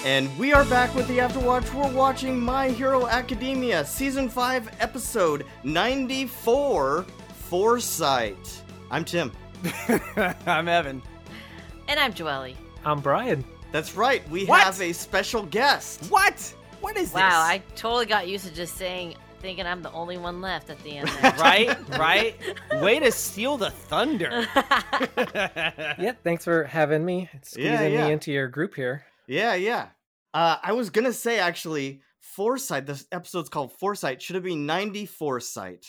are back with the Afterwatch. We're watching My Hero Academia, Season 5, Episode 94 Foresight. I'm Tim. I'm Evan. And I'm Joelle. I'm Brian. That's right, we What? have a special guest. What? What is Wow, I totally got used to just saying, thinking I'm the only one left at the end. There. this? right, right. Way to steal the thunder. Yeah, thanks for having me, squeezing Yeah, yeah. me into your group here. Yeah, yeah. Uh, I was going to say, actually, Foresight, this episode's called Foresight, should have been 94 Sight.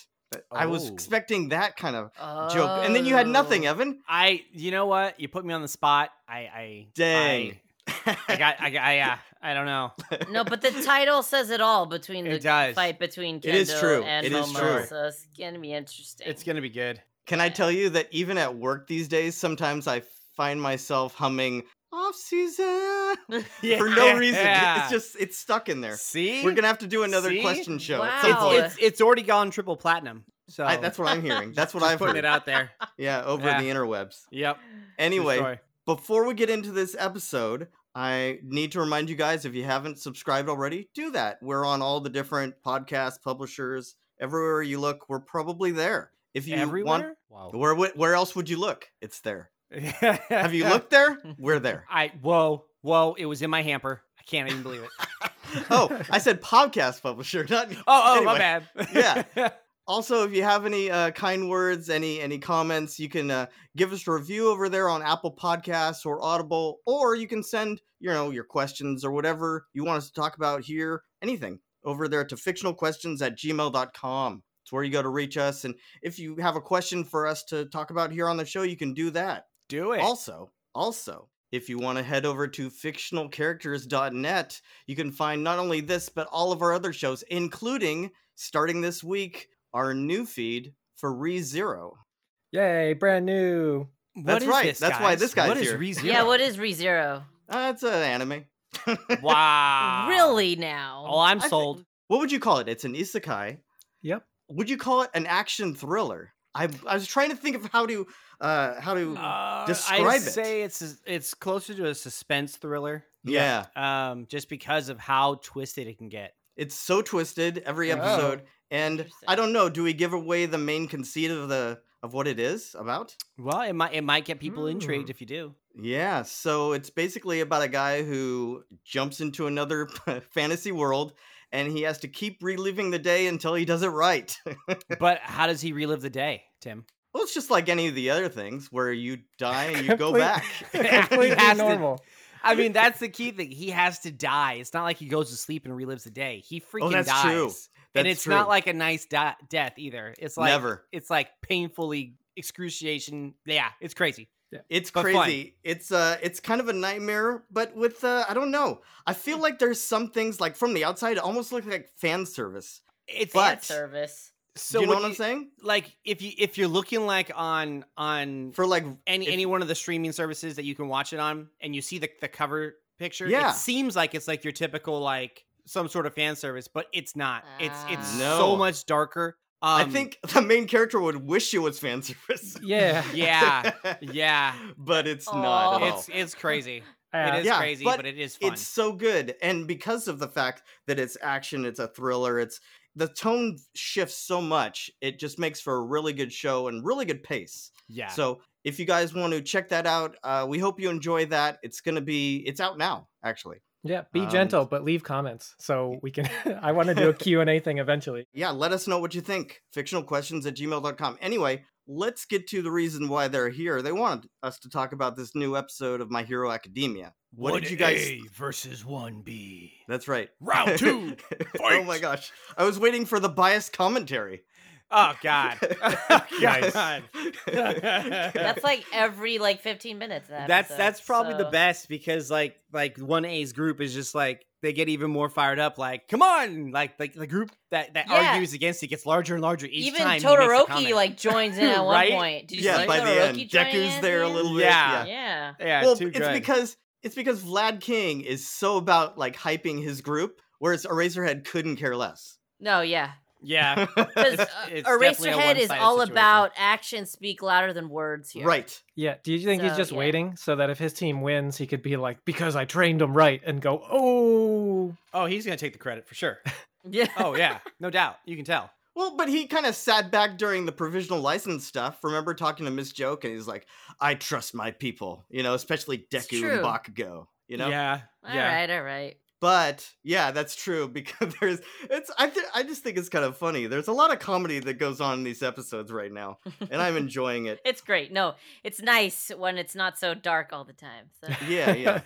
I was Oh. expecting that kind of joke. And then you had nothing, Evan. I. You know what? You put me on the spot. I. I Dang. I, I got. I. I. Uh, I don't know. No, but the title says it all between the It does. fight between Kendo It is true. and It is Momo. true. So it's gonna be interesting. It's gonna be good. Can I tell you that even at work these days, sometimes I find myself humming off season for no reason. Yeah. It's just it's stuck in there. See, We're gonna have to do another See? question show. at some Wow. point. It's, it's it's already gone triple platinum. So I, that's what I'm hearing. That's what just I've putting heard. it out there. Yeah, over Yeah. the interwebs. Yep. True Anyway, story. before we get into this episode, I need to remind you guys if you haven't subscribed already, do that. We're on all the different podcast publishers. Everywhere you look, we're probably there. If you everywhere. want, where would- where else would you look? It's there. Wow. Have you looked there? We're there. I. Whoa. Whoa. It was in my hamper. I can't even believe it. Oh, I said podcast publisher, not Oh, oh, my Anyway, bad. yeah. Also, if you have any uh, kind words, any any comments, you can uh, give us a review over there on Apple Podcasts or Audible, or you can send you know your questions or whatever you want us to talk about here, anything over there to fictionalquestions at gmail.com. It's where you go to reach us, and if you have a question for us to talk about here on the show, you can do that. Do it. Also, also, if you want to head over to fictionalcharacters.net, you can find not only this but all of our other shows, including starting this week our new feed for ReZero. Yay, brand new. What That's is right, This, that's why guys? this guy's What is here. ReZero? yeah. What is ReZero? Uh, it's an anime. Wow. really now? Oh, I'm Ah. I think- sold. What would you call it? It's an isekai. Yep. Would you call it an action thriller? I I was trying to think of how to uh how to Uh, Describe I'd it. say it's it's closer to a suspense thriller. yeah. Um, just because of how twisted it can get. It's so twisted every Yeah. Oh. episode and I Interesting. don't know, do we give away the main conceit of the of what it is about? Well, it might it might get people intrigued Hmm. if you do. Yeah, so it's basically about a guy who jumps into another fantasy world and he has to keep reliving the day until he does it right. But how does he relive the day, Tim? well, it's just like any of the other things where you die and you go Complete- back. He Completely has to- normal. I mean, that's the key thing. He has to die. It's not like he goes to sleep and relives the day. He Oh, freaking that's dies. true. and That's it's not true. like a nice di- death either. It's like Never. It's like painfully excruciation. Yeah, it's crazy. It's But fun. crazy. It's uh it's kind of a nightmare, but with uh I don't know. I feel like there's some things like from the outside it almost looks like fan service. It's But- Fan service. so do you know when what I'm saying? Like if you if you're looking like on on For like any if- any one of the streaming services that you can watch it on and you see the, the cover picture Yeah. it seems like it's like your typical like some sort of fan service but it's not it's it's Ah. No. so much darker um, I think the main character would wish it was fan service. Yeah. yeah yeah but it's not at Aw. all. it's it's crazy Uh, it is Oh. Yeah, crazy but but, it is fun It's so good. And because of the fact that it's action, it's a thriller, it's the tone shifts so much, it just makes for a really good show and really good pace. yeah So if you guys want to check that out, uh, we hope you enjoy that. It's gonna be it's out now, actually. Yeah, be Um, gentle, but leave comments so we can. I want to do a Q&A thing eventually. Yeah, let us know what you think. Fictionalquestions at gmail.com. Anyway, let's get to the reason why they're here. They wanted us to talk about this new episode of My Hero Academia. What did you guys versus 1b That's right. round two oh Fight! my gosh. I was waiting for the biased commentary. oh god Oh, Nice. God. That's like every like 15 minutes. of that that's episode, that's probably the so- best because like like one A's group is just like they get even more fired up. Like, come on! Like like the group that that Yeah. argues against it gets larger and larger each Even time. he makes a Todoroki comment. like joins in at one Right? point. Did you yeah, see by the Todoroki end. join in Deku's at there the a end? little Yeah. bit. Yeah. yeah, well, too it's good. because it's because Vlad King is so about like hyping his group, whereas Eraserhead couldn't care less. No, yeah. Yeah. Because It's- it's definitely a uh, Eraserhead is one-sided all situation. about actions speak louder than words here. right. Yeah. Do you think he's So, just yeah. waiting so that if his team wins, he could be like, because I trained him right and go, oh, Oh, he's gonna take the credit for sure. Yeah. Oh yeah, no doubt. You can tell. Well, but he kind of sat back during the provisional license stuff. Remember talking to Miss Joke, and he's like, "I trust my people," you know, especially Deku true. and Bakugo. You know, Yeah. All yeah. right, all right. but yeah, that's true because there's it's I th- I just think it's kind of funny. There's a lot of comedy that goes on in these episodes right now, and I'm enjoying it. It's great. No, it's nice when it's not so dark all the time. So. Yeah, yeah.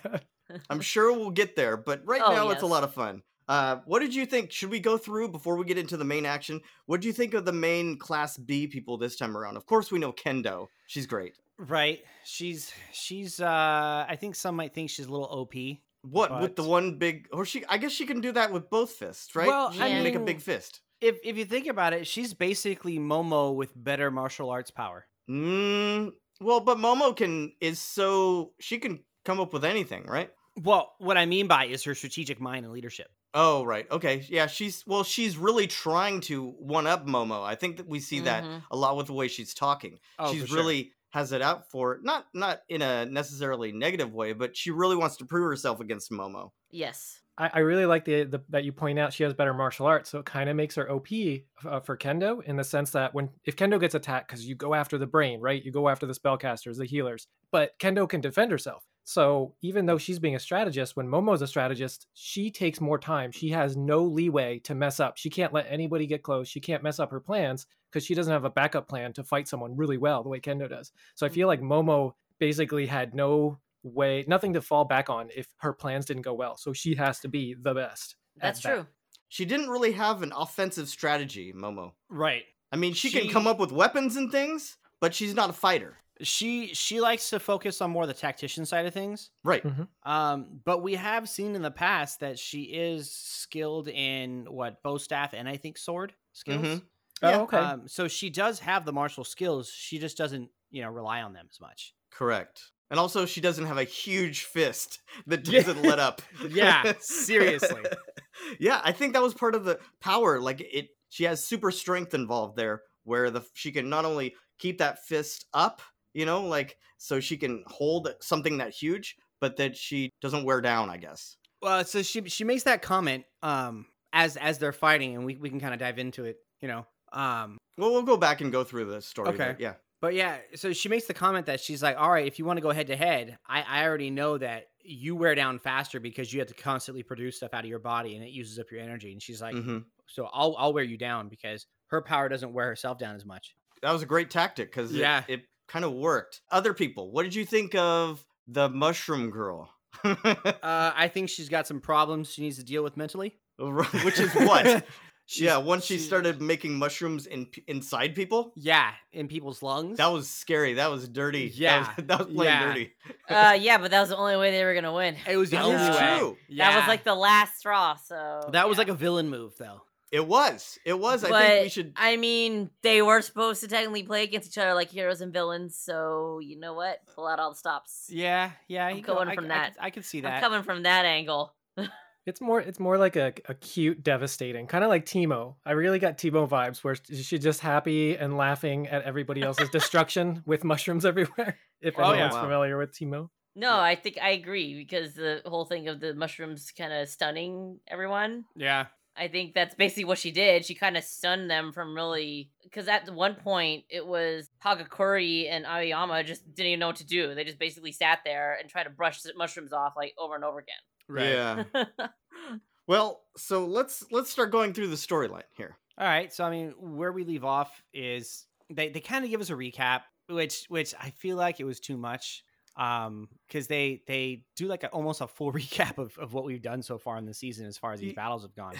I'm sure we'll get there, but right Oh, now it's a yes. lot of fun. Uh, what did you think? Should we go through before we get into the main action? What do you think of the main Class B people this time around? Of course, we know Kendo. She's great. Right. She's she's. uh I think some might think she's a little op. What with the But- one big? Or she? I guess she can do that with both fists, right? Well, she can I make a mean- big fist. If if you think about it, she's basically Momo with better martial arts power. Mm, well, but Momo can is so she can come up with anything, right? Well, what I mean by is her strategic mind and leadership. Oh, right. Okay. Yeah, she's well, she's really trying to one up Momo. I think that we see that Mhm. a lot with the way she's talking. Mm-hmm. Oh, for she's sure. really has it out for it. Not not in a necessarily negative way, but she really wants to prove herself against Momo. Yes. I, I really like the, the that you point out she has better martial arts, so it kind of makes her OP uh, for Kendo in the sense that when if Kendo gets attacked, because you go after the brain, right? You go after the spellcasters, the healers, but Kendo can defend herself. So even though she's being a strategist, when Momo's a strategist, she takes more time. She has no leeway to mess up. She can't let anybody get close. She can't mess up her plans because she doesn't have a backup plan to fight someone really well the way Kendo does. So I feel like Momo basically had no way, nothing to fall back on if her plans didn't go well. So she has to be the best. at That's that. true. She didn't really have an offensive strategy, Momo. right. I mean, she, can come She- up with weapons and things, but she's not a fighter. She she likes to focus on more the tactician side of things. Right. Mhm. Um, but we have seen in the past that she is skilled in what bow staff and I think sword skills. Mhm. Oh, okay. Um, so she does have the martial skills. She just doesn't, you know, rely on them as much. Correct. And also she doesn't have a huge fist that Yeah. doesn't let up. Yeah, seriously. yeah, I think that was part of the power. Like it she has super strength involved there where the she can not only keep that fist up, you know, like so she can hold something that huge, but that she doesn't wear down, I guess. Well, so she she makes that comment um as as they're fighting, and we we can kind of dive into it, you know. Um, Well, we'll go back and go through the story. Okay. Okay. yeah. but yeah, so she makes the comment that she's like, "All right, if you want to go head to head, I I already know that you wear down faster because you have to constantly produce stuff out of your body, and it uses up your energy." And she's like, hmm "So I'll I'll wear you down because her power doesn't wear herself down as much." That was a great tactic because Yeah. it, it kind of worked. Other people, what did you think of the mushroom girl? Uh, I think she's got some problems she needs to deal with mentally. Which is what? She's- yeah, once she she's- started making mushrooms in p- inside people, Yeah, in people's lungs. that was scary. That was dirty. Yeah, that was, that was plain yeah. dirty. Uh, yeah, but that was the only way they were gonna win. it was the That only is way. true. That Yeah. was like the last straw. So that was yeah. like a villain move though. It was. It was. I think we But should. I mean, they were supposed to technically play against each other like heroes and villains. So you know what? Pull out all the stops. Yeah, yeah. I'm you go- going I- from I that. could- I could see I'm that. coming from that angle. It's more it's more like a, a cute, devastating, kind of like Timo. I really got Timo vibes where sh- she's just happy and laughing at everybody else's destruction with mushrooms everywhere. If Oh, yeah. anyone's Wow. familiar with Timo. No, I think I agree because the whole thing of the mushrooms kind of stunning everyone. Yeah. I think that's basically what she did. She kind of stunned them from really because at one point it was Hagakuri and Aoyama just didn't even know what to do. They just basically sat there and tried to brush the mushrooms off like over and over Um, Yeah. again. Well, so let's let's start going through the storyline here. All right. So I mean, where we leave off is they they kind of give us a recap, which which I feel like it was too much. Um, because they they do like a, almost a full recap of, of what we've done so far in the season as far as these Ye- battles have gone.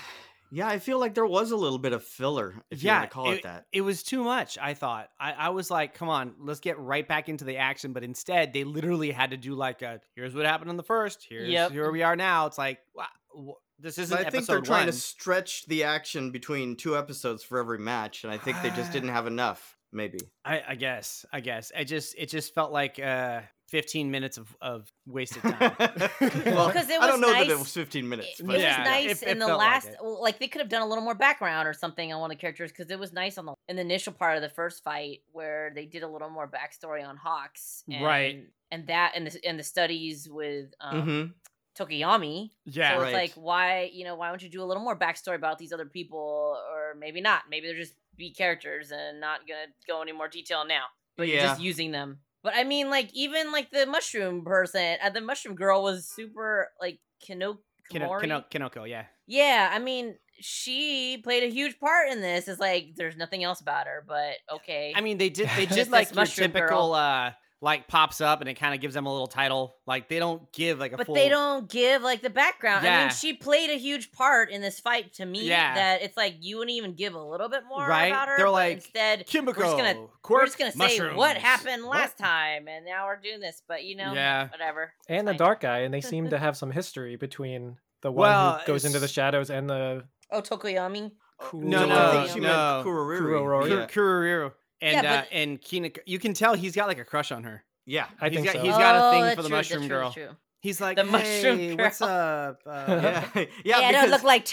Yeah, I feel like there was a little bit of filler, if you Yeah, want to call it, that. It was too much, I thought. I, I was like, come on, let's get right back into the action. But instead, they literally had to do like a here's what happened in the first, here's Yep. here we are now. It's like, wha- wha- this isn't But I episode think they're trying one. to stretch the action between two episodes for every match, and I Ah. think they just didn't have enough. Maybe. I, I guess, I guess. It just it just felt like uh 15 minutes of, of wasted time. well, Because it I don't was know that nice- it was 15 minutes. It, But it Yeah, was nice it- it in the felt like last, it. well, like they could have done a little more background or something on one of the characters because it was nice on the in the initial part of the first fight where they did a little more backstory on Hawks, and, Right. Mm-hmm. And that and the and the studies with um, Mhm. Tokiyami. yeah. so right. it's like why you know why don't you do a little more backstory about these other people or maybe not? Maybe they're just B characters and not gonna go any more detail now. But you're yeah. just using them. But I mean, like even like the mushroom person, uh, the mushroom girl was super like Kino. Kino, Kimori? Kino, Kinoko, yeah. Yeah, I mean, she played a huge part in this. It's like there's nothing else about her, but okay. I mean, they did they It's did this like your mushroom typical girl. uh like pops up and it kind of gives them a little title. Like they don't give like a but full they don't give like the background. I Yeah. mean, she played a huge part in this fight to me Yeah. that it's like you wouldn't even give a little bit more Right? about her. They're but like, instead Kimiko, just gonna- we're just gonna say what happened last time, and now we're doing this. But you know, Yeah. whatever. and the Fine. dark guy, and they seem to have some history between the one Well, who goes into the it's- shadows and the Oh, Tokoyami. No, So I no, think she meant no. Kuroriri. Kuroriri. Kur- Yeah. Kururiru. And Yeah, uh, but- and Kinoko, you can tell he's got like a crush on her. Yeah. I He's think got- so. he's got a Oh, thing that's for the true, that's mushroom true, that's girl. true. He's like, The mushroom "Hey, girl." what's up? Uh, Yeah. yeah, Yeah, I don't because- look like Hi-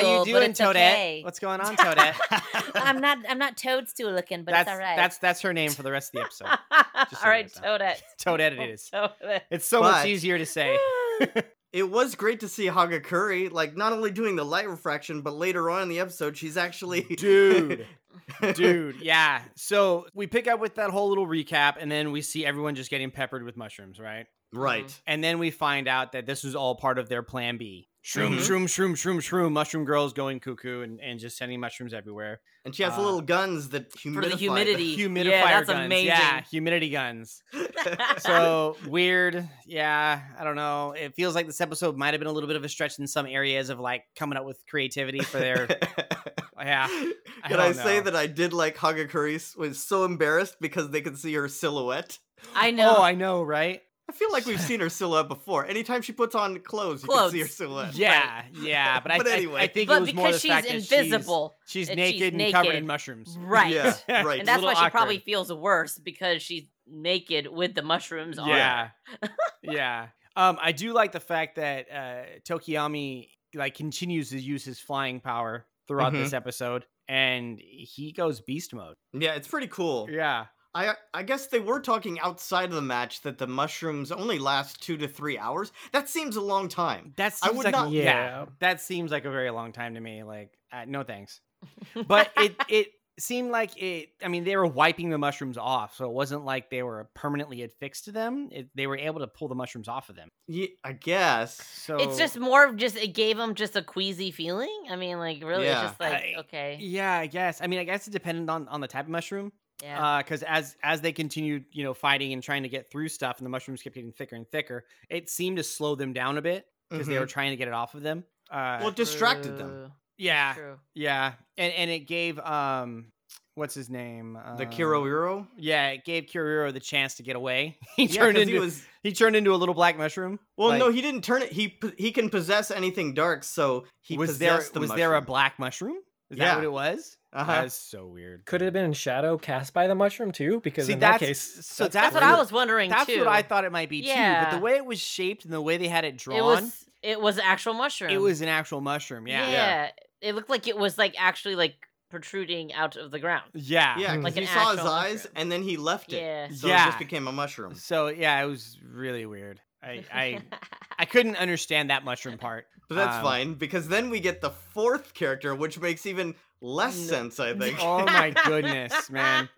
how, you but doing, it's okay. Toadette? What's going on, Toadette? I'm not. I'm not Toadstool looking, but that's it's all right. that's that's her name for the rest of the episode. Just so all you right, know. Toadette. Toadette it is. Oh, Toadette. It's so much But- easier to say. it was great to see Hagakuri, like not only doing the light refraction, but later on in the episode, she's actually Dude. Dude, yeah. So we pick up with that whole little recap, and then we see everyone just getting peppered with mushrooms, right? right. Mm-hmm. And then we find out that this was all part of their plan B. Shroom, Mm-hmm. Mhm. shroom, shroom, shroom, shroom. Mushroom girls going cuckoo and, and just sending mushrooms everywhere. And she has the Uh, little guns that humidify. for the them. humidity. Humidifier yeah, that's guns. amazing. Yeah, humidity guns. So weird. Yeah, I don't know. It feels like this episode might have been a little bit of a stretch in some areas of like coming up with creativity for their. yeah. Ah, I Can I, don't say know. that I did like Hagakuri was so embarrassed because they could see her silhouette? I know. Oh, I know, right? I feel like we've seen her silhouette before. Anytime she puts on clothes, you can see her Clothes. silhouette. Yeah, yeah. But I, But I- anyway. I, think it but was more the because she's fact that she's- invisible, She's, and she's naked and covered naked. in mushrooms. right? Yeah, right. It's And a that's little why she probably awkward. feels worse because she's naked with the mushrooms on. Yeah. yeah. Um, I do like the fact that uh, Tokiyami like continues to use his flying power throughout Mhm. this episode, and he goes beast mode. Yeah, it's pretty cool. Yeah. I I guess they were talking outside of the match that the mushrooms only last two to three hours. That seems a long time. That I seems would like not- yeah. Yeah. That seems like a very long time to me. Like, uh, no thanks. But it it seemed like it. I mean, they were wiping the mushrooms off, so it wasn't like they were permanently affixed to them. It, they were able to pull the mushrooms off of them. Yeah, I guess. So It's just more of just it gave him just a queasy feeling. I mean, like really, Yeah. it's just like I- okay, Yeah, I guess. I mean, I guess it depended on on the type of mushroom. yeah, because as as they continued, you know, fighting and trying to get through stuff, and the mushrooms kept getting thicker and thicker, it seemed to slow them down a bit because they were Mhm. trying to get it off of them. Uh, Well, it distracted them. True, yeah, true. yeah, and and it gave um, what's his name? Uh, The Kiroiro. Yeah, it gave Kiriro the chance to get away. he Yeah, turned 'cause into he he, was. turned into a little black mushroom. Well, Like, no, he didn't turn it. He p- he can possess anything dark, so he was there possessed the was there a mushroom. black mushroom? Is that Yeah. what it was? Uh-huh. That's so weird. Could it have been shadow cast by the mushroom too? Because See, in that's that case, so That's, that's what I was wondering That's too. what I thought it might be too. But Yeah. the way it was shaped and the way they had it drawn, It was it was actual mushroom. an actual mushroom. Yeah. yeah. It looked like it was like actually like protruding out of the ground. Yeah. Yeah, 'cause Like you an saw his actual eyes, mushroom. and then he left it. Yeah. So it Yeah. just became a mushroom. So yeah, it was really weird. I I, I couldn't understand that mushroom part. But that's Um, fine because then we get the fourth character, which makes even less No. sense. I think. Oh my goodness, man.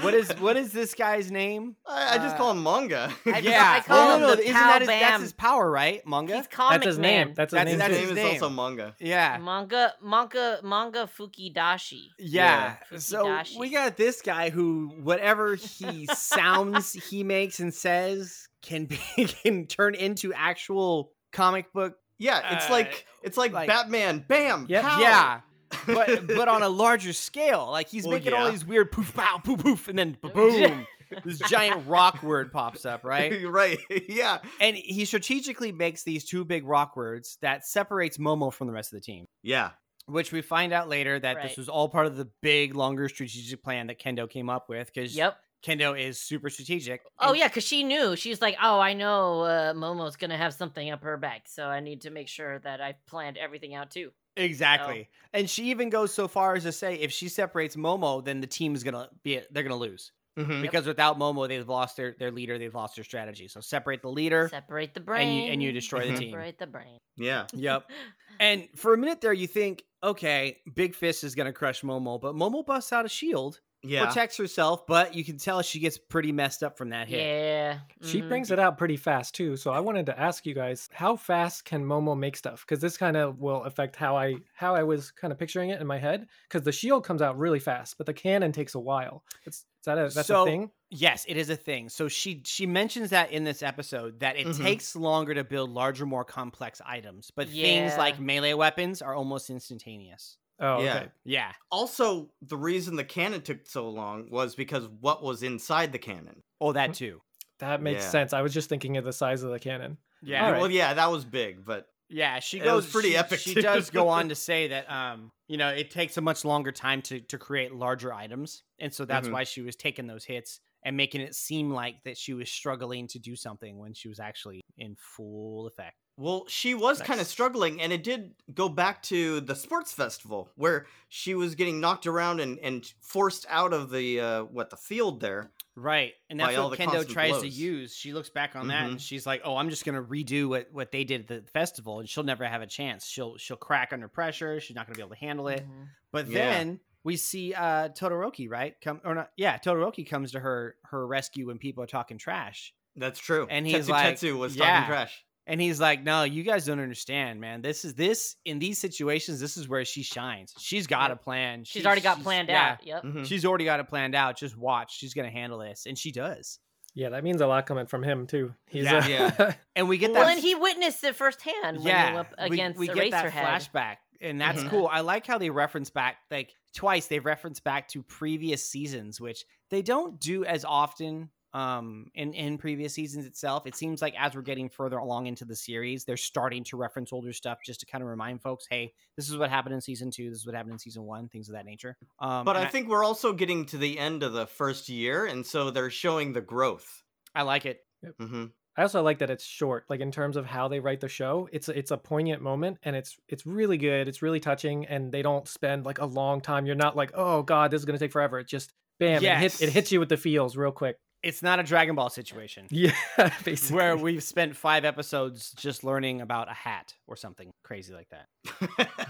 What is what is this guy's name? I, I just uh, call him manga. I Yeah. I call him the isn't Pal that his, that's Bam. his power, right? Manga? He's comic that's his man. name. That's his That's- name. that's his too. name is name. also manga. yeah. Manga manga manga Fukidashi. Yeah. Yeah. So Fukidashi. we got this guy who whatever he sounds he makes and says can be can turn into actual comic book Yeah, it's Uh, like it's like, like- Batman. Bam. Yep. pow. Yeah. but but on a larger scale. Like he's Well, making all yeah. these weird poof pow poof poof, and then boom, this giant rock word pops up, right? You're right. yeah. And he strategically makes these two big rock words that separates Momo from the rest of the team. Yeah. Which we find out later that this Right. was all part of the big, longer strategic plan that Kendo came up with because Yep. Kendo is super strategic. e Oh and- yeah, because she knew. She was like, "Oh, I know uh, Momo's gonna have something up her back, so I need to make sure that I planned everything out too." exactly. And she even goes so far as to say, if she separates Momo, then the team's gonna be they're gonna lose Mhm. because without Momo, they've lost their their leader, they've lost their strategy. So separate the leader. Separate the brain, And you- and you destroy the team. Separate the brain. Yeah. Yep. And for a minute there, you think, okay, Big Fist is gonna crush Momo, but Momo busts out a shield, Yeah. protects herself, but you can tell she gets pretty messed up from that hit. yeah. She Mm-hmm. mhm. brings it out pretty fast too. So I wanted to ask you guys, how fast can Momo make stuff? Because this kind of will affect how I how I was kind of picturing it in my head. Because the shield comes out really fast, but the cannon takes a while. It's is that a that's So- a thing. Yes, it is a thing. So she she mentions that in this episode that it Mhm. takes longer to build larger, more complex items, but things Yeah. like melee weapons are almost instantaneous. Oh, Yeah. okay. Yeah, Also, the reason the cannon took so long was because what was inside the cannon. oh that too. That makes Yeah. sense. I was just thinking of the size of the cannon. Yeah, All right. Well, yeah, that was big, but yeah. She It was goes pretty she- epic, She too. does go on to say that um you know it takes a much longer time to to create larger items, and so that's Mhm. why she was taking those hits and making it seem like that she was struggling to do something when she was actually in full effect. Well, she was kind of Nice. struggling, and it did go back to the sports festival where she was getting knocked around and, and forced out of the uh, what the field there. Right. And by that's all what the Mm-hmm. Kendo constant tries to blows. use. She looks back on that and she's like, "Oh, I'm just going to redo what what they did at the festival and she'll never have a chance. She'll she'll crack under pressure. She's not going to be able to handle it." Mhm. But Yeah. then we see uh Todoroki, right? Come or not. Yeah, Todoroki comes to her her rescue when people are talking trash. That's true. And he's Tetsu like, Tetsu was yeah. talking trash. And he's like, "No, you guys don't understand, man. This is this in these situations, this is where she shines. She's got a plan. She's already got planned yeah, Mm-hmm. out. Yep. Mhm. She's already got it planned out. Just watch. She's going to handle this." And she does. Yeah, that means a lot coming from him too. He's Yeah. uh, Yeah. And we get that Well, and he witnessed it firsthand when he went up against Mm-hmm. we, we Eraserhead. get that flashback, and that's Mhm. cool. I like how they reference back like twice. They've referenced back to previous seasons, which they don't do as often um in in previous seasons itself it seems like as we're getting further along into the series they're starting to reference older stuff just to kind of remind folks hey this is what happened in season two this is what happened in season one things of that nature um But and I think we're also getting to the end of the first year, and so they're showing the growth. i like it hmm I also like that it's short, like in terms of how they write the show. It's a- it's a poignant moment, and it's it's really good. It's really touching, and they don't spend like a long time. You're not like, oh god, this is gonna take forever. It just bam, it hits Yes. it hits you with the feels real quick. it's not a dragon ball situation Yeah, basically. where we've spent five episodes just learning about a hat or something crazy like that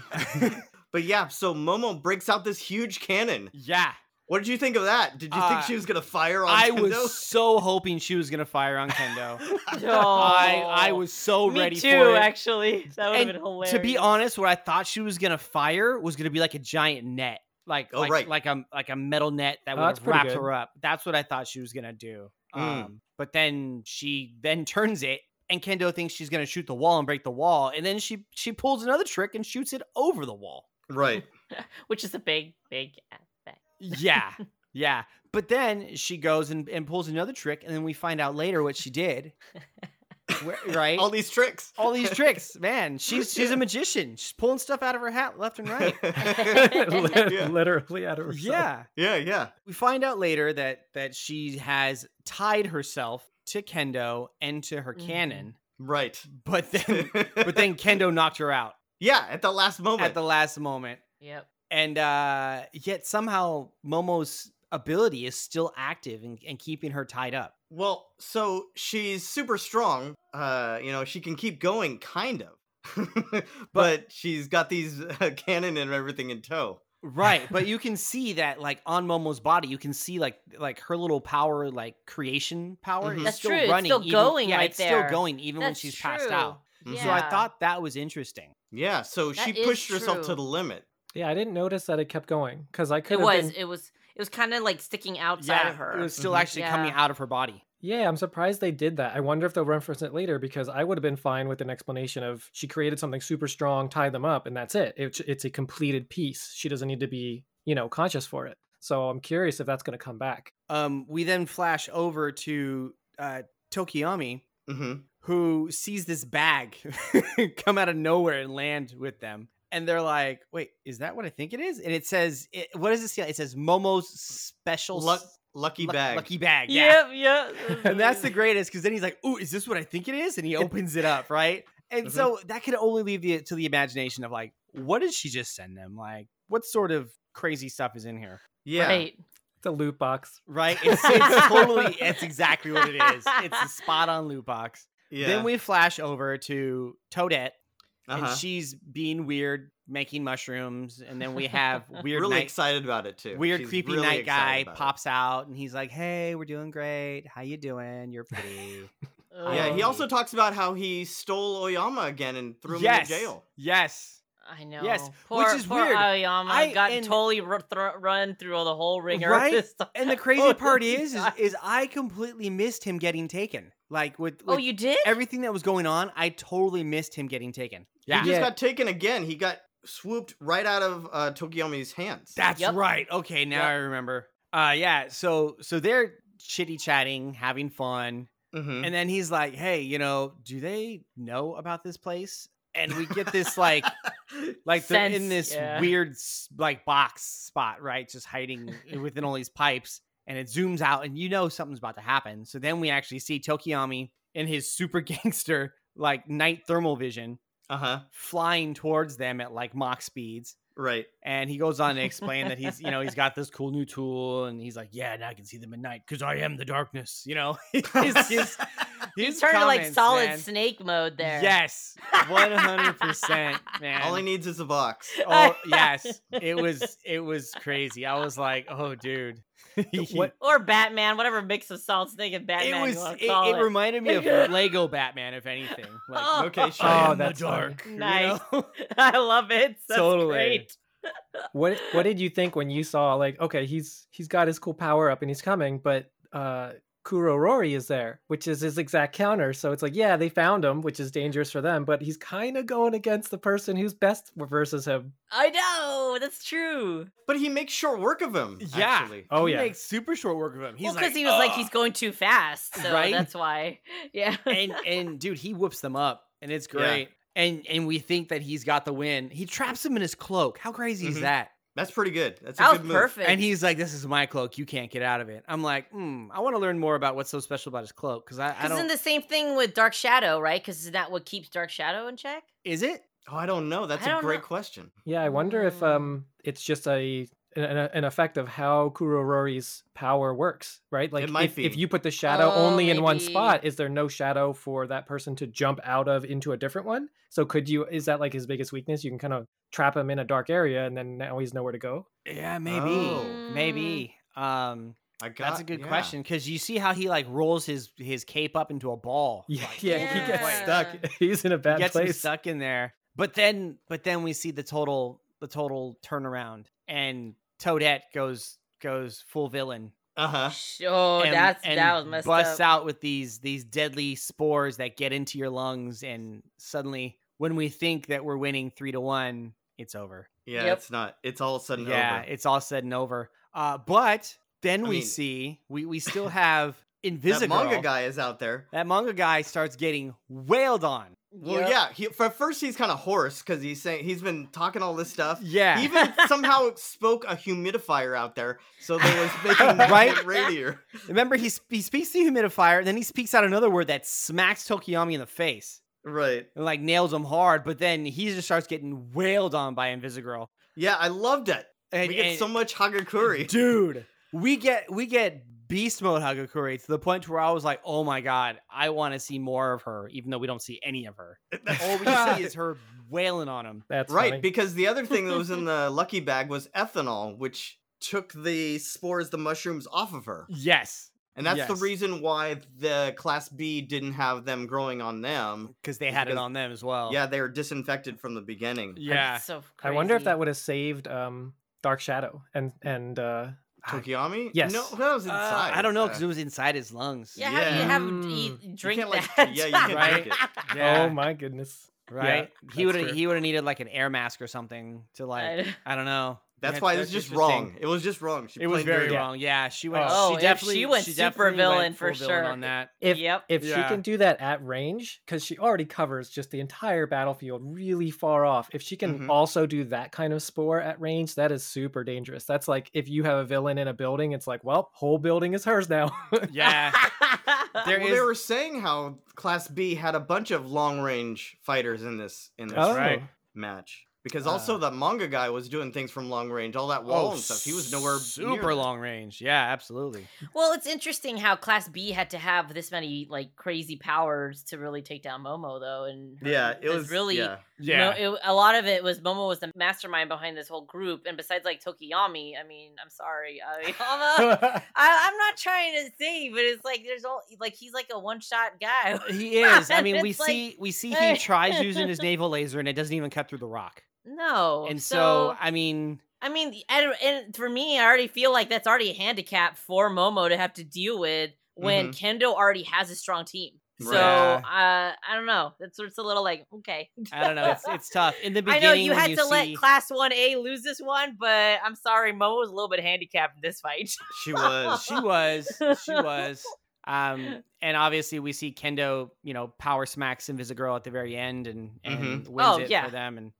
but yeah, so Momo breaks out this huge cannon. yeah What did you think of that? Did you Uh, think she was gonna fire on? I Kendo? was so hoping she was gonna fire on Kendo. Oh, I I was so Me ready too. for it. Actually, that would have And been hilarious. to be honest, what I thought she was gonna fire was gonna be like a giant net, like Oh, like, right. like a like a metal net that Oh, would that's have pretty wrapped good. her up. That's what I thought she was gonna do. Mm. Um, but then she then turns it, and Kendo thinks she's gonna shoot the wall and break the wall, and then she she pulls another trick and shoots it over the wall. right. which is a big, big effect. Yeah. Yeah. But then she goes and, and pulls another trick, and then we find out later what she did. Where- right? All these tricks. All these tricks, man. She's she's a magician. She's pulling stuff out of her hat left and right. Lit- Yeah. literally out of herself. yeah. yeah, yeah. We find out later that that she has tied herself to Kendo and to her Mhm. cannon, Right. but then but then Kendo knocked her out yeah, at the last moment. at the last moment. Yep. and uh yet somehow momo's ability is still active and, and keeping her tied up well, so she's super strong. Uh, you know, she can keep going, kind of. but, she's got these uh, cannon and everything in tow. right but you can see that like on momo's body you can see like like her little power like creation power Mhm. is That's still true, it's running still even- going yeah right it's there. still going even when That's she's passed true. out Mm-hmm. Mhm. so i Yeah. thought that was interesting Yeah, so she That is pushed herself to true. the limit. yeah. I didn't notice that it kept going because I could. It have was, been- it was, it was kind of like sticking outside of her. Mm-hmm. it was still Mhm. actually coming Yeah. out of her body yeah, I'm surprised they did that. I wonder if they'll reference it later because I would have been fine with an explanation of she created something super strong, tied them up, and that's it. It's it's a completed piece. She doesn't need to be you know conscious for it. So I'm curious if that's going to come back. um we then flash over to uh tokiyami hmm who sees this bag come out of nowhere and land with them. And they're like, wait, is that what I think it is? And it says, it, what does it say? It says Momo's special Luck- s- Lucky Luck- bag. Lucky bag. Yeah. Yep, yeah. and that's the greatest because then he's like, "Ooh, is this what I think it is?" And he opens it up, right? And Mm-hmm. Mhm. so that could only leave the to the imagination of like, what did she just send them? Like, what sort of crazy stuff is in here? yeah. Right. It's a loot box. Right? It's, it's totally. It's exactly what it is. It's a spot on loot box. Yeah. Then we flash over to Toadette, Uh-huh. and she's being weird, making mushrooms, and then we have weird really night- excited about it too. weird She's creepy really night guy excited about it. pops out and he's like hey we're doing great how you doing you're pretty Yeah, he Oh. also talks about how he stole Oyama again and threw him yes in jail. yes I know. Yes, poor, which is poor weird. Aoyama I- got and- totally ru- thro- run through all the whole ringer Right? this time. and the crazy Oh, part this is, is guy. is i completely missed him getting taken like with, oh, with you did? everything that was going on i totally missed him getting taken yeah He just Yeah. got taken again. He got swooped right out of uh, Tokiyami's hands. That's Yep. right. Okay, now Yep. I remember. Uh yeah, so so they're chitty chatting, having fun, Mhm. and then he's like, "Hey, you know, do they know about this place?" And we get this like like they're in Sense, this yeah. weird s- like box spot, right? Just hiding within all these pipes, and it zooms out, and you know something's about to happen. So then we actually see Tokiyami in his super gangster like night thermal vision uh-huh. flying towards them at like mock speeds Right. and he goes on to explain that he's, you know, he's got this cool new tool, and he's like, "Yeah, now I can see them at night because I am the darkness." You know, his, his, He his turned to like comments, solid man. snake mode there. Yes, one hundred percent, man. All he needs is a box. oh yes, it was it was crazy. I was like, "Oh, dude, What- Or Batman, whatever mix of solid snake and Batman. it you was." wanna It, call it reminded me of Nigga. Lego Batman, if anything. Like, Oh, Okay, sure. I Oh, am the that's funny. dark. you Nice. know? I love it. That's Totally. great. What What did you think when you saw like okay he's he's got his cool power up and he's coming, but uh Kurorori is there, which is his exact counter. So it's like yeah they found him, which is dangerous for them, but he's kind of going against the person who's best versus him. I know. That's true. But he makes short work of him. Yeah. Actually. Oh he yeah, makes super short work of him. He's well, because like, he was like, "Ugh." he's going too fast. So Right? that's why. Yeah. and and dude, he whoops them up, and it's Yeah. great. And and we think that he's got the win. He traps him in his cloak. How crazy Mhm. is that? That's pretty good. That's a that good was move. perfect. And he's like, "This is my cloak. You can't get out of it." I'm like, "Hmm, I want to learn more about what's so special about his cloak because I, I Because don't. then the same thing with Dark Shadow, right? Because isn't that what keeps Dark Shadow in check? is it? Oh, I don't know. That's I a don't great know. question. yeah. I wonder if Hmm. um it's just a an, an an effect of how Kurorori's power works, right? Like might if, if be. you put the shadow Oh, only in one maybe. spot, is there no shadow for that person to jump out of into a different one? So could you is that like his biggest weakness? You can kind of trap him in a dark area and then now he's nowhere to go. Yeah, maybe, Oh. Mm. maybe. Um, I got that's a good yeah. question because you see how he like rolls his his cape up into a ball. Yeah, Like, yeah, he gets stuck. He's in a bad gets him place. stuck in there. But then, but then we see the total, the total turnaround, and Toadette goes goes full villain. Uh-huh. Oh, and- that's and that was messed busts up. out with these these deadly spores that get into your lungs, and suddenly, when we think that we're winning three to one, it's over. Yeah, Yep. it's not. It's all of a sudden yeah, over. it's all said and over. Uh, but then I we mean- see we we still have That Invisigirl. manga guy is out there. That manga guy starts getting wailed on. Well, Yep. yeah. He, for first, he's kind of hoarse because he's saying he's been talking all this stuff. Yeah, He even somehow spoke a humidifier out there, so they was making Right? right radiator. Remember, he, sp- he speaks to humidifier, and then he speaks out another word that smacks Tokiyami in the face Right. and like nails him hard. But then he just starts getting wailed on by Invisigirl. Yeah, I loved it. And, we get and- so much Hagakuri. dude. We get we get beast mode Hagakure to the point where I was like, oh my god, I want to see more of her, even though we don't see any of her. All we see is her wailing on him. That's right, funny. because the other thing that was in the lucky bag was ethanol, which took the spores, the mushrooms off of her. Yes, And that's the Yes. reason why the class B didn't have them growing on them. because they had it Because- on them as well. Yeah, they were disinfected from the beginning. yeah. That's so I wonder if crazy. that would have saved um Dark Shadow and and uh I- Tokiyami? Yes. No, that was Uh, inside. I don't know Uh, because it was inside his lungs. Yeah, how do you Yeah. have Mm. eat, drink can't, like, that? yeah, you can't drink it. oh my goodness. right? he that's would have fair. he would have needed like an air mask or something to like I, don't know. That's That's- why it that's was just interesting. wrong. It was just wrong. She it was played very dirty. wrong. Yeah, she went. Oh, she yeah, definitely, she went super definitely went villain for full villain sure. on that. If Yep. if she Yeah. can do that at range, because she already covers just the entire battlefield really far off. If she can Mhm. Mm-hmm. also do that kind of spore at range, that is super dangerous. That's like if you have a villain in a building, it's like, well, whole building is hers now. Yeah, there well, is- they were saying how Class B had a bunch of long range fighters in this in this Oh. right. match because Uh. also Ah. that manga guy was doing things from long range, all that wall and stuff. He was nowhere near Oh, super that. long range. Yeah, absolutely. Well, it's interesting how Class B had to have this many like crazy powers to really take down Momo, though. And her- Yeah, it there's was really Yeah. you know, it, a lot of it was Momo was the mastermind behind this whole group. And besides, like Tokiyami, I mean, I'm sorry, Aoyama. Oh. I, I'm not trying to sing, but it's like there's all like he's like a one shot guy. he is. I mean, It's we like- see we see he tries using his naval laser and it doesn't even cut through the rock. No, And so, I mean, I mean, the- and, and for me, I already feel like that's already a handicap for Momo to have to deal with when Kendo already has a strong team. Mm-hmm. So Right. uh, I don't know. That's it's a little like okay. I don't know. It's it's tough. In the I beginning, know you when had you to see, let Class One A lose this one, but I'm sorry, Momo was a little bit handicapped in this fight. She was. she was she was um and obviously we see kendo you know power smacks invisible at the very end and and Mm-hmm. wins Oh, it yeah. for them and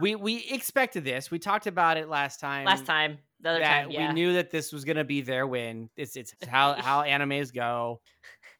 we we expected this we talked about it last time Last time, the other that time, yeah. we knew that this was gonna be their win it's it's how how animes go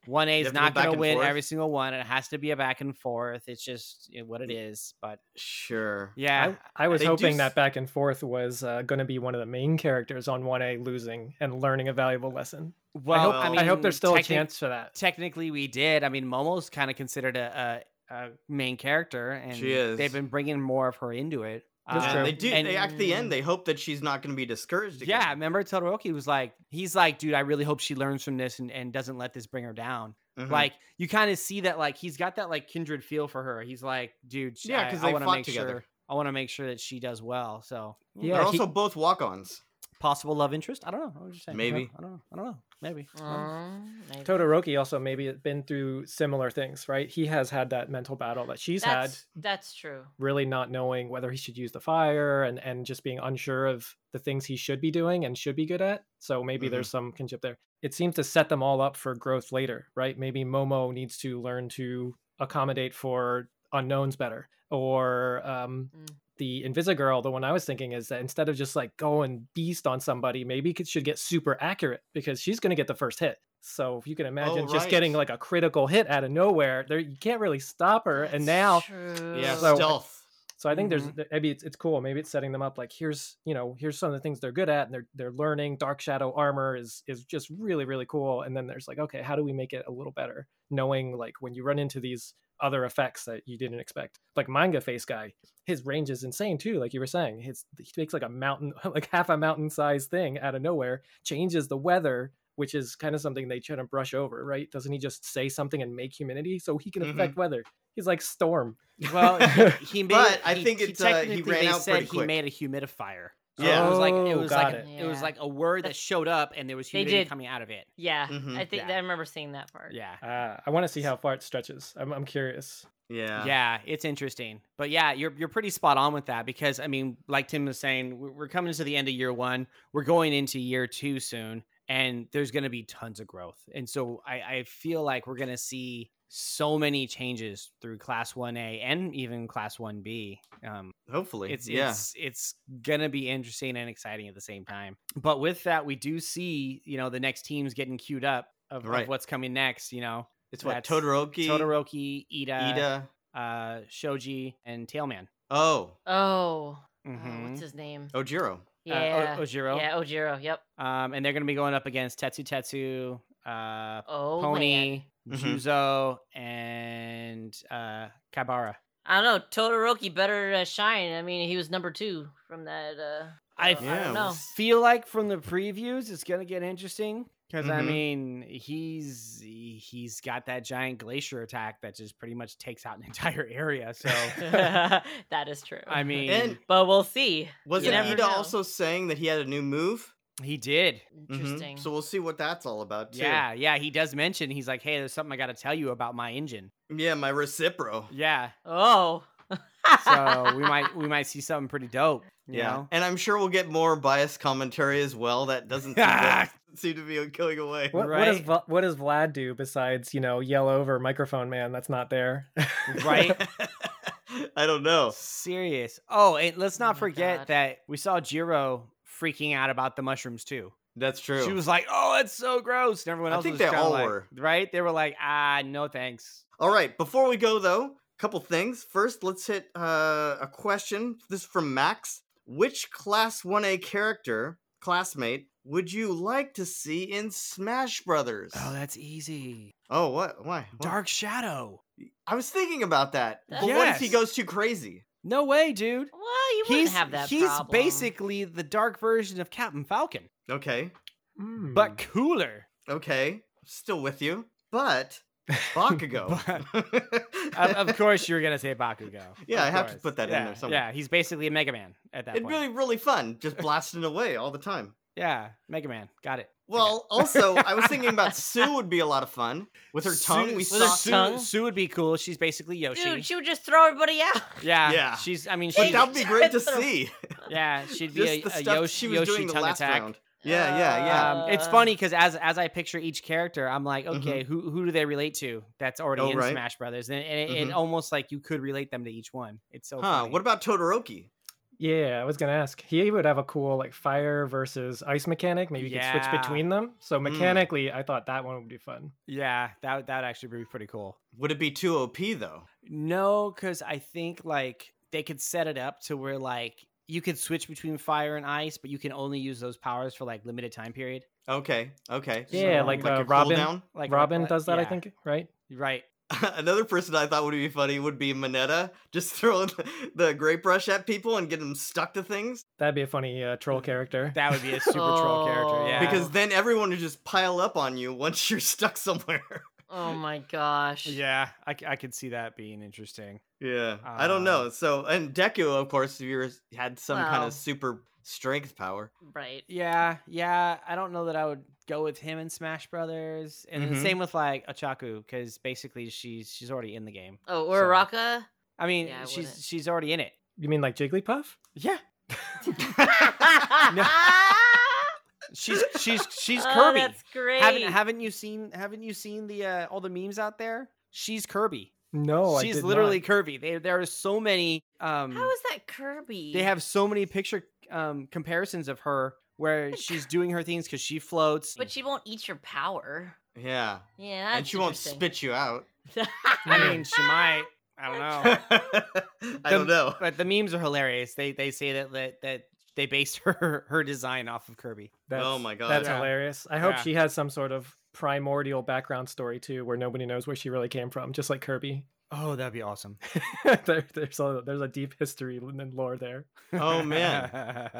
one a You is have to go not back gonna and win forth. every single one it has to be a back and forth it's just you know, what it is but Sure. yeah I, I was They do hoping s- that back and forth was uh, going to be one of the main characters on 1A losing and learning a valuable lesson. well I, hope, I I hope mean, there's still technic- a chance for that. technically we did. I mean, Momo's kind of considered a, a, a main character, and She is. they've been bringing more of her into it. Um, That's Yeah, true. they do. and- they at the end they hope that she's not going to be discouraged. Again. Yeah, remember Todoroki was like, he's like, dude, I really hope she learns from this and, and doesn't let this bring her down. Mhm. Like, you kind of see that, like, he's got that, like, kindred feel for her. He's like, dude, sh- Yeah, I- 'cause I they wanna fought make together. Sure, I want to make sure that she does well. So, Yeah, they're he- also both walk-ons. possible love interest? I don't know. I was just saying. I don't Maybe. know. I don't know. I don't know. Maybe. I don't know. Um, I- Todoroki also maybe has been through similar things, right? He has had that mental battle that she's had, that's that's true. really not knowing whether he should use the fire and and just being unsure of the things he should be doing and should be good at. So maybe Mhm. there's some kinship there. It seems to set them all up for growth later, right? Maybe Momo needs to learn to accommodate for unknowns better or um Mm. the Invisigirl, the one I was thinking is that instead of just like going beast on somebody, maybe it should get super accurate because she's going to get the first hit. So if you can imagine just right. getting like a critical hit out of nowhere, there you can't really stop her. and now, Yeah, So- stealth. so I think there's there- maybe it's, it's cool. Maybe it's setting them up like here's you know here's some of the things they're good at and they're they're learning. Dark shadow armor is is just really really cool. And then there's like okay, how do we make it a little better? Knowing like when you run into these other effects that you didn't expect, like manga face guy, his range is insane too. Like you were saying, his he makes like a mountain like half a mountain sized thing out of nowhere, changes the weather. Which is kind of something they try to brush over, right? Doesn't he just say something and make humanity so he can Mhm. affect weather? He's like storm. Well, he, he made. But I he- think he it's, uh, he technically ran they out said pretty He quick. made a humidifier. So Yeah. it was like it Oh, was got like a- it. it. was Yeah. like a word that showed up, and there was They humidity did. coming out of it. Yeah, Mhm. I think Mm-hmm. Yeah. I remember seeing that part. Yeah. Ah, I want to see how far it stretches. I'm, I'm curious. Yeah. Yeah, it's interesting, but yeah, you're you're pretty spot on with that because I mean, like Tim was saying, we're we're coming to the end of year one, we're going into year two soon, and there's going to be tons of growth, and so I, I feel like we're going to see so many changes through Class One A and even Class One B. Um, Hopefully. it's yeah. it's it's gonna be interesting and exciting at the same time. But with that, we do see you know the next teams getting queued up of, of Right. what's coming next. You know, It's what that's Todoroki, Todoroki, Ida, Ida. uh, Shoji, and Tailman. Oh, Oh, oh, Mm-hmm. Mhm. what's his name? Ojiro. Uh, Yeah. O- Ojiro. Yeah, Ojiro. Yep. Um, and they're gonna be going up against Tetsu Tetsu, uh, Oh, man. Pony, Mhm. Juzo, and uh, Kabara. I don't know. Todoroki better uh, shine. I mean, he was number two from that. Uh, I so I Yeah, don't we'll know. see. feel like from the previews it's gonna get interesting because i Mhm. mean he's he- he's got that giant glacier attack that just pretty much takes out an entire area so that is true. i mean And but we'll see. wasn't never Ida know. also saying that he had a new move? he did Mhm. Interesting. So we'll see what that's all about too. yeah yeah he does mention he's like hey there's something i gotta tell you about my engine Yeah, my recipro. yeah Oh. so we might we might see something pretty dope. You yeah, know? and I'm sure we'll get more biased commentary as well. That doesn't seem to, seem to be going away. What, what does Right. Vla- what does Vlad do besides you know yell over microphone man that's not there? right? I don't know. Serious. Oh, and let's Oh not my forget God. that we saw Jiro freaking out about the mushrooms too. That's true. She was like, "Oh, that's so gross," and everyone I else think was they kinda all like- were. right. They were like, "Ah, no, thanks." All right, before we go though, a couple things. First, let's hit uh, a question. This is from Max. Which class 1A character, classmate, would you like to see in Smash Brothers? Oh, that's easy. Oh, what? Why? What? Dark Shadow. I was thinking about that. But what if he Yes. goes too crazy? No way, dude. Well, you wouldn't he's have that he's problem. basically the dark version of Captain Falcon, Okay. but Hmm. cooler. Okay. Still with you. But Bakugo. Of, of course, you're gonna say Bakugo. Yeah, Of I have to course. put that in yeah, there somewhere. Yeah, he's basically a Mega Man at that It'd point. be really fun just blasting away all the time. Yeah, Mega Man. Got it. Well, also, I was thinking about Sue would be a lot of fun with her tongue. we Sue, saw Sue, tongue? Sue would be cool. She's basically Yoshi. dude, she would just throw everybody out. yeah, Yeah. She's. I mean, But she. that would be great to Throw- see. Yeah, she'd be Just a, the a stuff Yoshi, she was Yoshi doing the tongue last attack. round. Yeah, yeah, yeah. Mm-hmm. Um, it's Uh, funny because as as I picture each character, I'm like, okay, who who do they relate to? That's already Oh, in right. Smash Brothers, and, and it, it Mhm. almost like you could relate them to each one. It's so. huh? funny. What about Todoroki? yeah, I was gonna ask. He would have a cool like fire versus ice mechanic. Maybe you could Yeah. Hmm. switch between them. So Mm. mechanically, I thought that one would be fun. Yeah, that would- that would actually be pretty cool. Would it be too OP though? No, because I think like they could set it up to where like you could switch between fire and ice, but you can only use those powers for like limited time period. Okay, okay. Yeah, So, like, Like uh, a Robin. cooldown. Like Robin like- does that, I yeah, think. Right? Right. Another person I thought would be funny would be Mineta, just throwing the- the grape brush at people and getting them stuck to things. That'd be a funny uh, troll character. Hmm. That would be a super troll character. Oh. Yeah. Because then everyone would just pile up on you once you're stuck somewhere. Oh my gosh. yeah, I, c- I could see that being interesting. Yeah, I don't Uh, know. So, and Deku, of course, if you were- had some kind Well. of super strength power. Right. Yeah, yeah. I don't know that I would go with him in Smash Brothers, and then Mhm. same with like Achaku, because basically she's she's already in the game. Oh, So- Uraraka? I mean, Yeah, I she's wouldn't. she's already in it. You mean like Jigglypuff? Yeah, oh, she's she's she's Kirby. that's great. haven't haven't you seen haven't you seen the uh, all the memes out there? She's Kirby. No, Oh, I she's did literally Not. Kirby. They, there are so many. Um, How is that Kirby? they have so many picture um, comparisons of her where she's doing her things because she floats. But she won't eat your power. yeah, Yeah. and that's she won't interesting. spit you out. I mean, she might. I don't know. I don't know. But the memes are hilarious. They they say that that, that they based her her design off of Kirby. That's, Oh my God. that's Yeah. hilarious. I hope Yeah. she has some sort of primordial background story too, where nobody knows where she really came from, just like Kirby. Oh, that'd be awesome. there, there's a there's a deep history and lore there. Oh, man.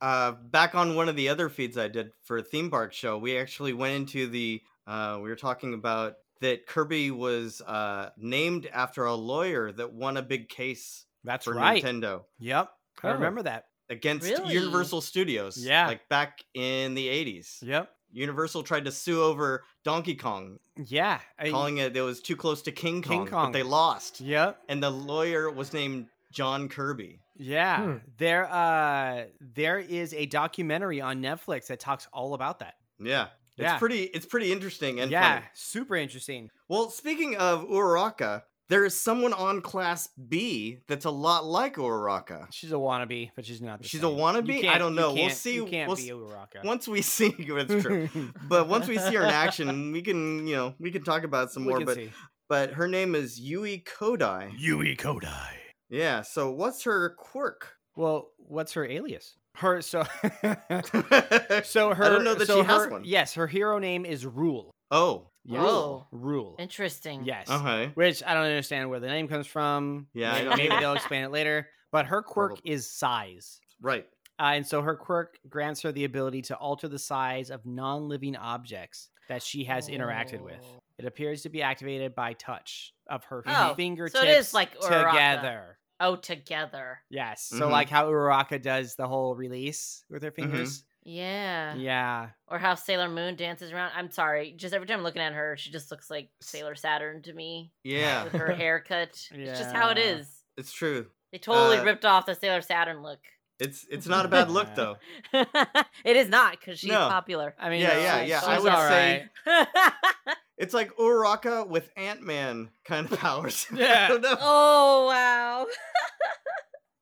Uh, back on one of the other feeds I did for a theme park show, we actually went into the. Uh, we were talking about that Kirby was uh, named after a lawyer that won a big case That's for right. Nintendo Yep. I Oh. remember that. against Really? Universal Studios. Yeah. like back in the eighties, Yep. Universal tried to sue over Donkey Kong, Yeah. I- calling it it was too close to King Kong. King Kong. But they lost, Yep. and the lawyer was named John Kirby. Yeah. Hmm. There uh there is a documentary on Netflix that talks all about that. Yeah, it's Yeah. pretty. It's pretty interesting and yeah, funny. super interesting. Well, speaking of Uraraka, there is someone on Class B that's a lot like Uraraka. She's a wannabe, but she's not. The She's a same. You wannabe? I can't- don't you know. We'll can't- see- You can't we'll be s- Uraraka. Once we see, it's true. But once we see her in action, we can, you know, we can talk about it some We more. can But see. but her name is Yui Kodai. Yui Kodai. Yeah. So what's her quirk? Well, what's her alias? Her so oh, so her. don't know that so she has her- one. Yes, her hero name is Rule. Yeah. Rule. Whoa. Rule. Interesting. Yes. Oh, Okay. Which I don't understand where the name comes from. Uh-huh. Yeah, I Maybe, don't maybe either. they'll explain it later. But her quirk Probably. is size. Right. Uh, and so her quirk grants her the ability to alter the size of non living objects that she has interacted with. Oh. It appears to be activated by touch of her Oh, so it fingertips is like Uraraka. together. Oh, together. Yes. So, Mhm. like how Uraraka does the whole release with her Mm-hmm. fingers. Yeah. Yeah. Or how Sailor Moon dances around. I'm sorry. Just every time I'm looking at her, she just looks like Sailor Saturn to me Yeah. with her haircut. It's just how it Yeah. is. It's true. They They totally Uh, ripped off the Sailor Saturn look. It's it's not a bad look though. it is not because she's No. popular. I mean, Yeah, uh, yeah, yeah, She's I would all say- right. It's like Uraraka with Ant Man kind of powers. Yeah. oh wow.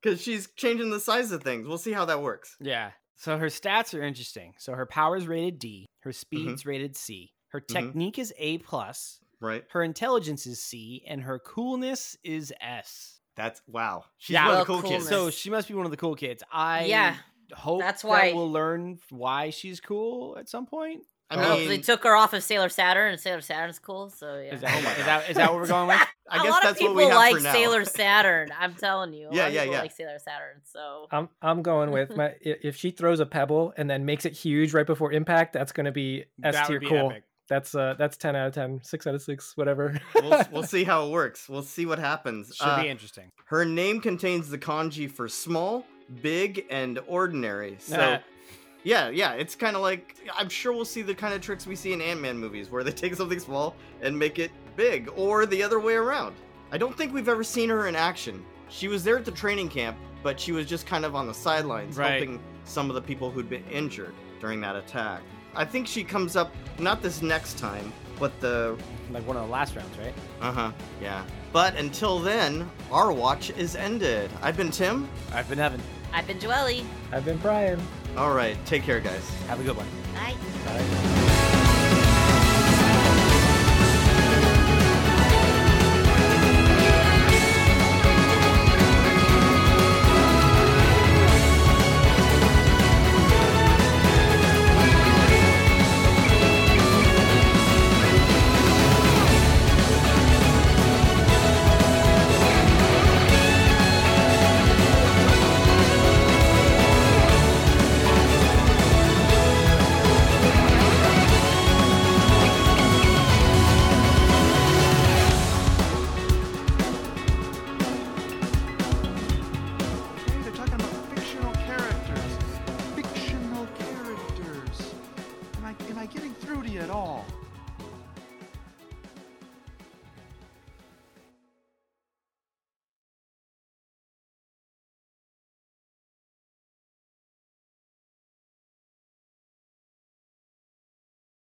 Because she's changing the size of things. We'll see how that works. Yeah. So her stats are interesting. So her power's rated D, her Mm-hmm. speed's rated C, her Mhm. technique is A plus, Right? her intelligence is C, and her coolness is S. That's wow. She's Yeah. one Well, of the cool kids. coolness. So she must be one of the cool kids. I Yeah, hope that's that why- we'll learn why she's cool at some point. I Well, mean, they took her off of Sailor Saturn, and Sailor Saturn's cool. So yeah. Is, that, Oh my is that is that what we're going with? I A guess lot that's of what people we have like for now. Sailor Saturn. I'm telling you. A Yeah, lot of yeah, people yeah. Like Sailor Saturn. So I'm I'm going with my i- if she throws a pebble and then makes it huge right before impact, that's going to be S That tier would be cool. epic. That's uh that's 10 out of 10, 6 out of 6, whatever. we'll, we'll see how it works. We'll see what happens. Should Uh, be interesting. her name contains the kanji for small, big, and ordinary. So Uh, yeah, yeah, it's kind of like I'm sure we'll see the kind of tricks we see in Ant Man movies where they take something small and make it big, or the other way around. I don't think we've ever seen her in action. She was there at the training camp, but she was just kind of on the sidelines Right. helping some of the people who'd been injured during that attack. I think she comes up not this next time, but the like one of the last rounds, right? uh huh, yeah. But until then, our watch is ended. I've been Tim. I've been having. I've been Joelle. I've been Brian. All right, take care, guys. Have a good one. Bye. Okay, they're talking about fictional characters. Fictional characters. Am I, am I getting through to you at all?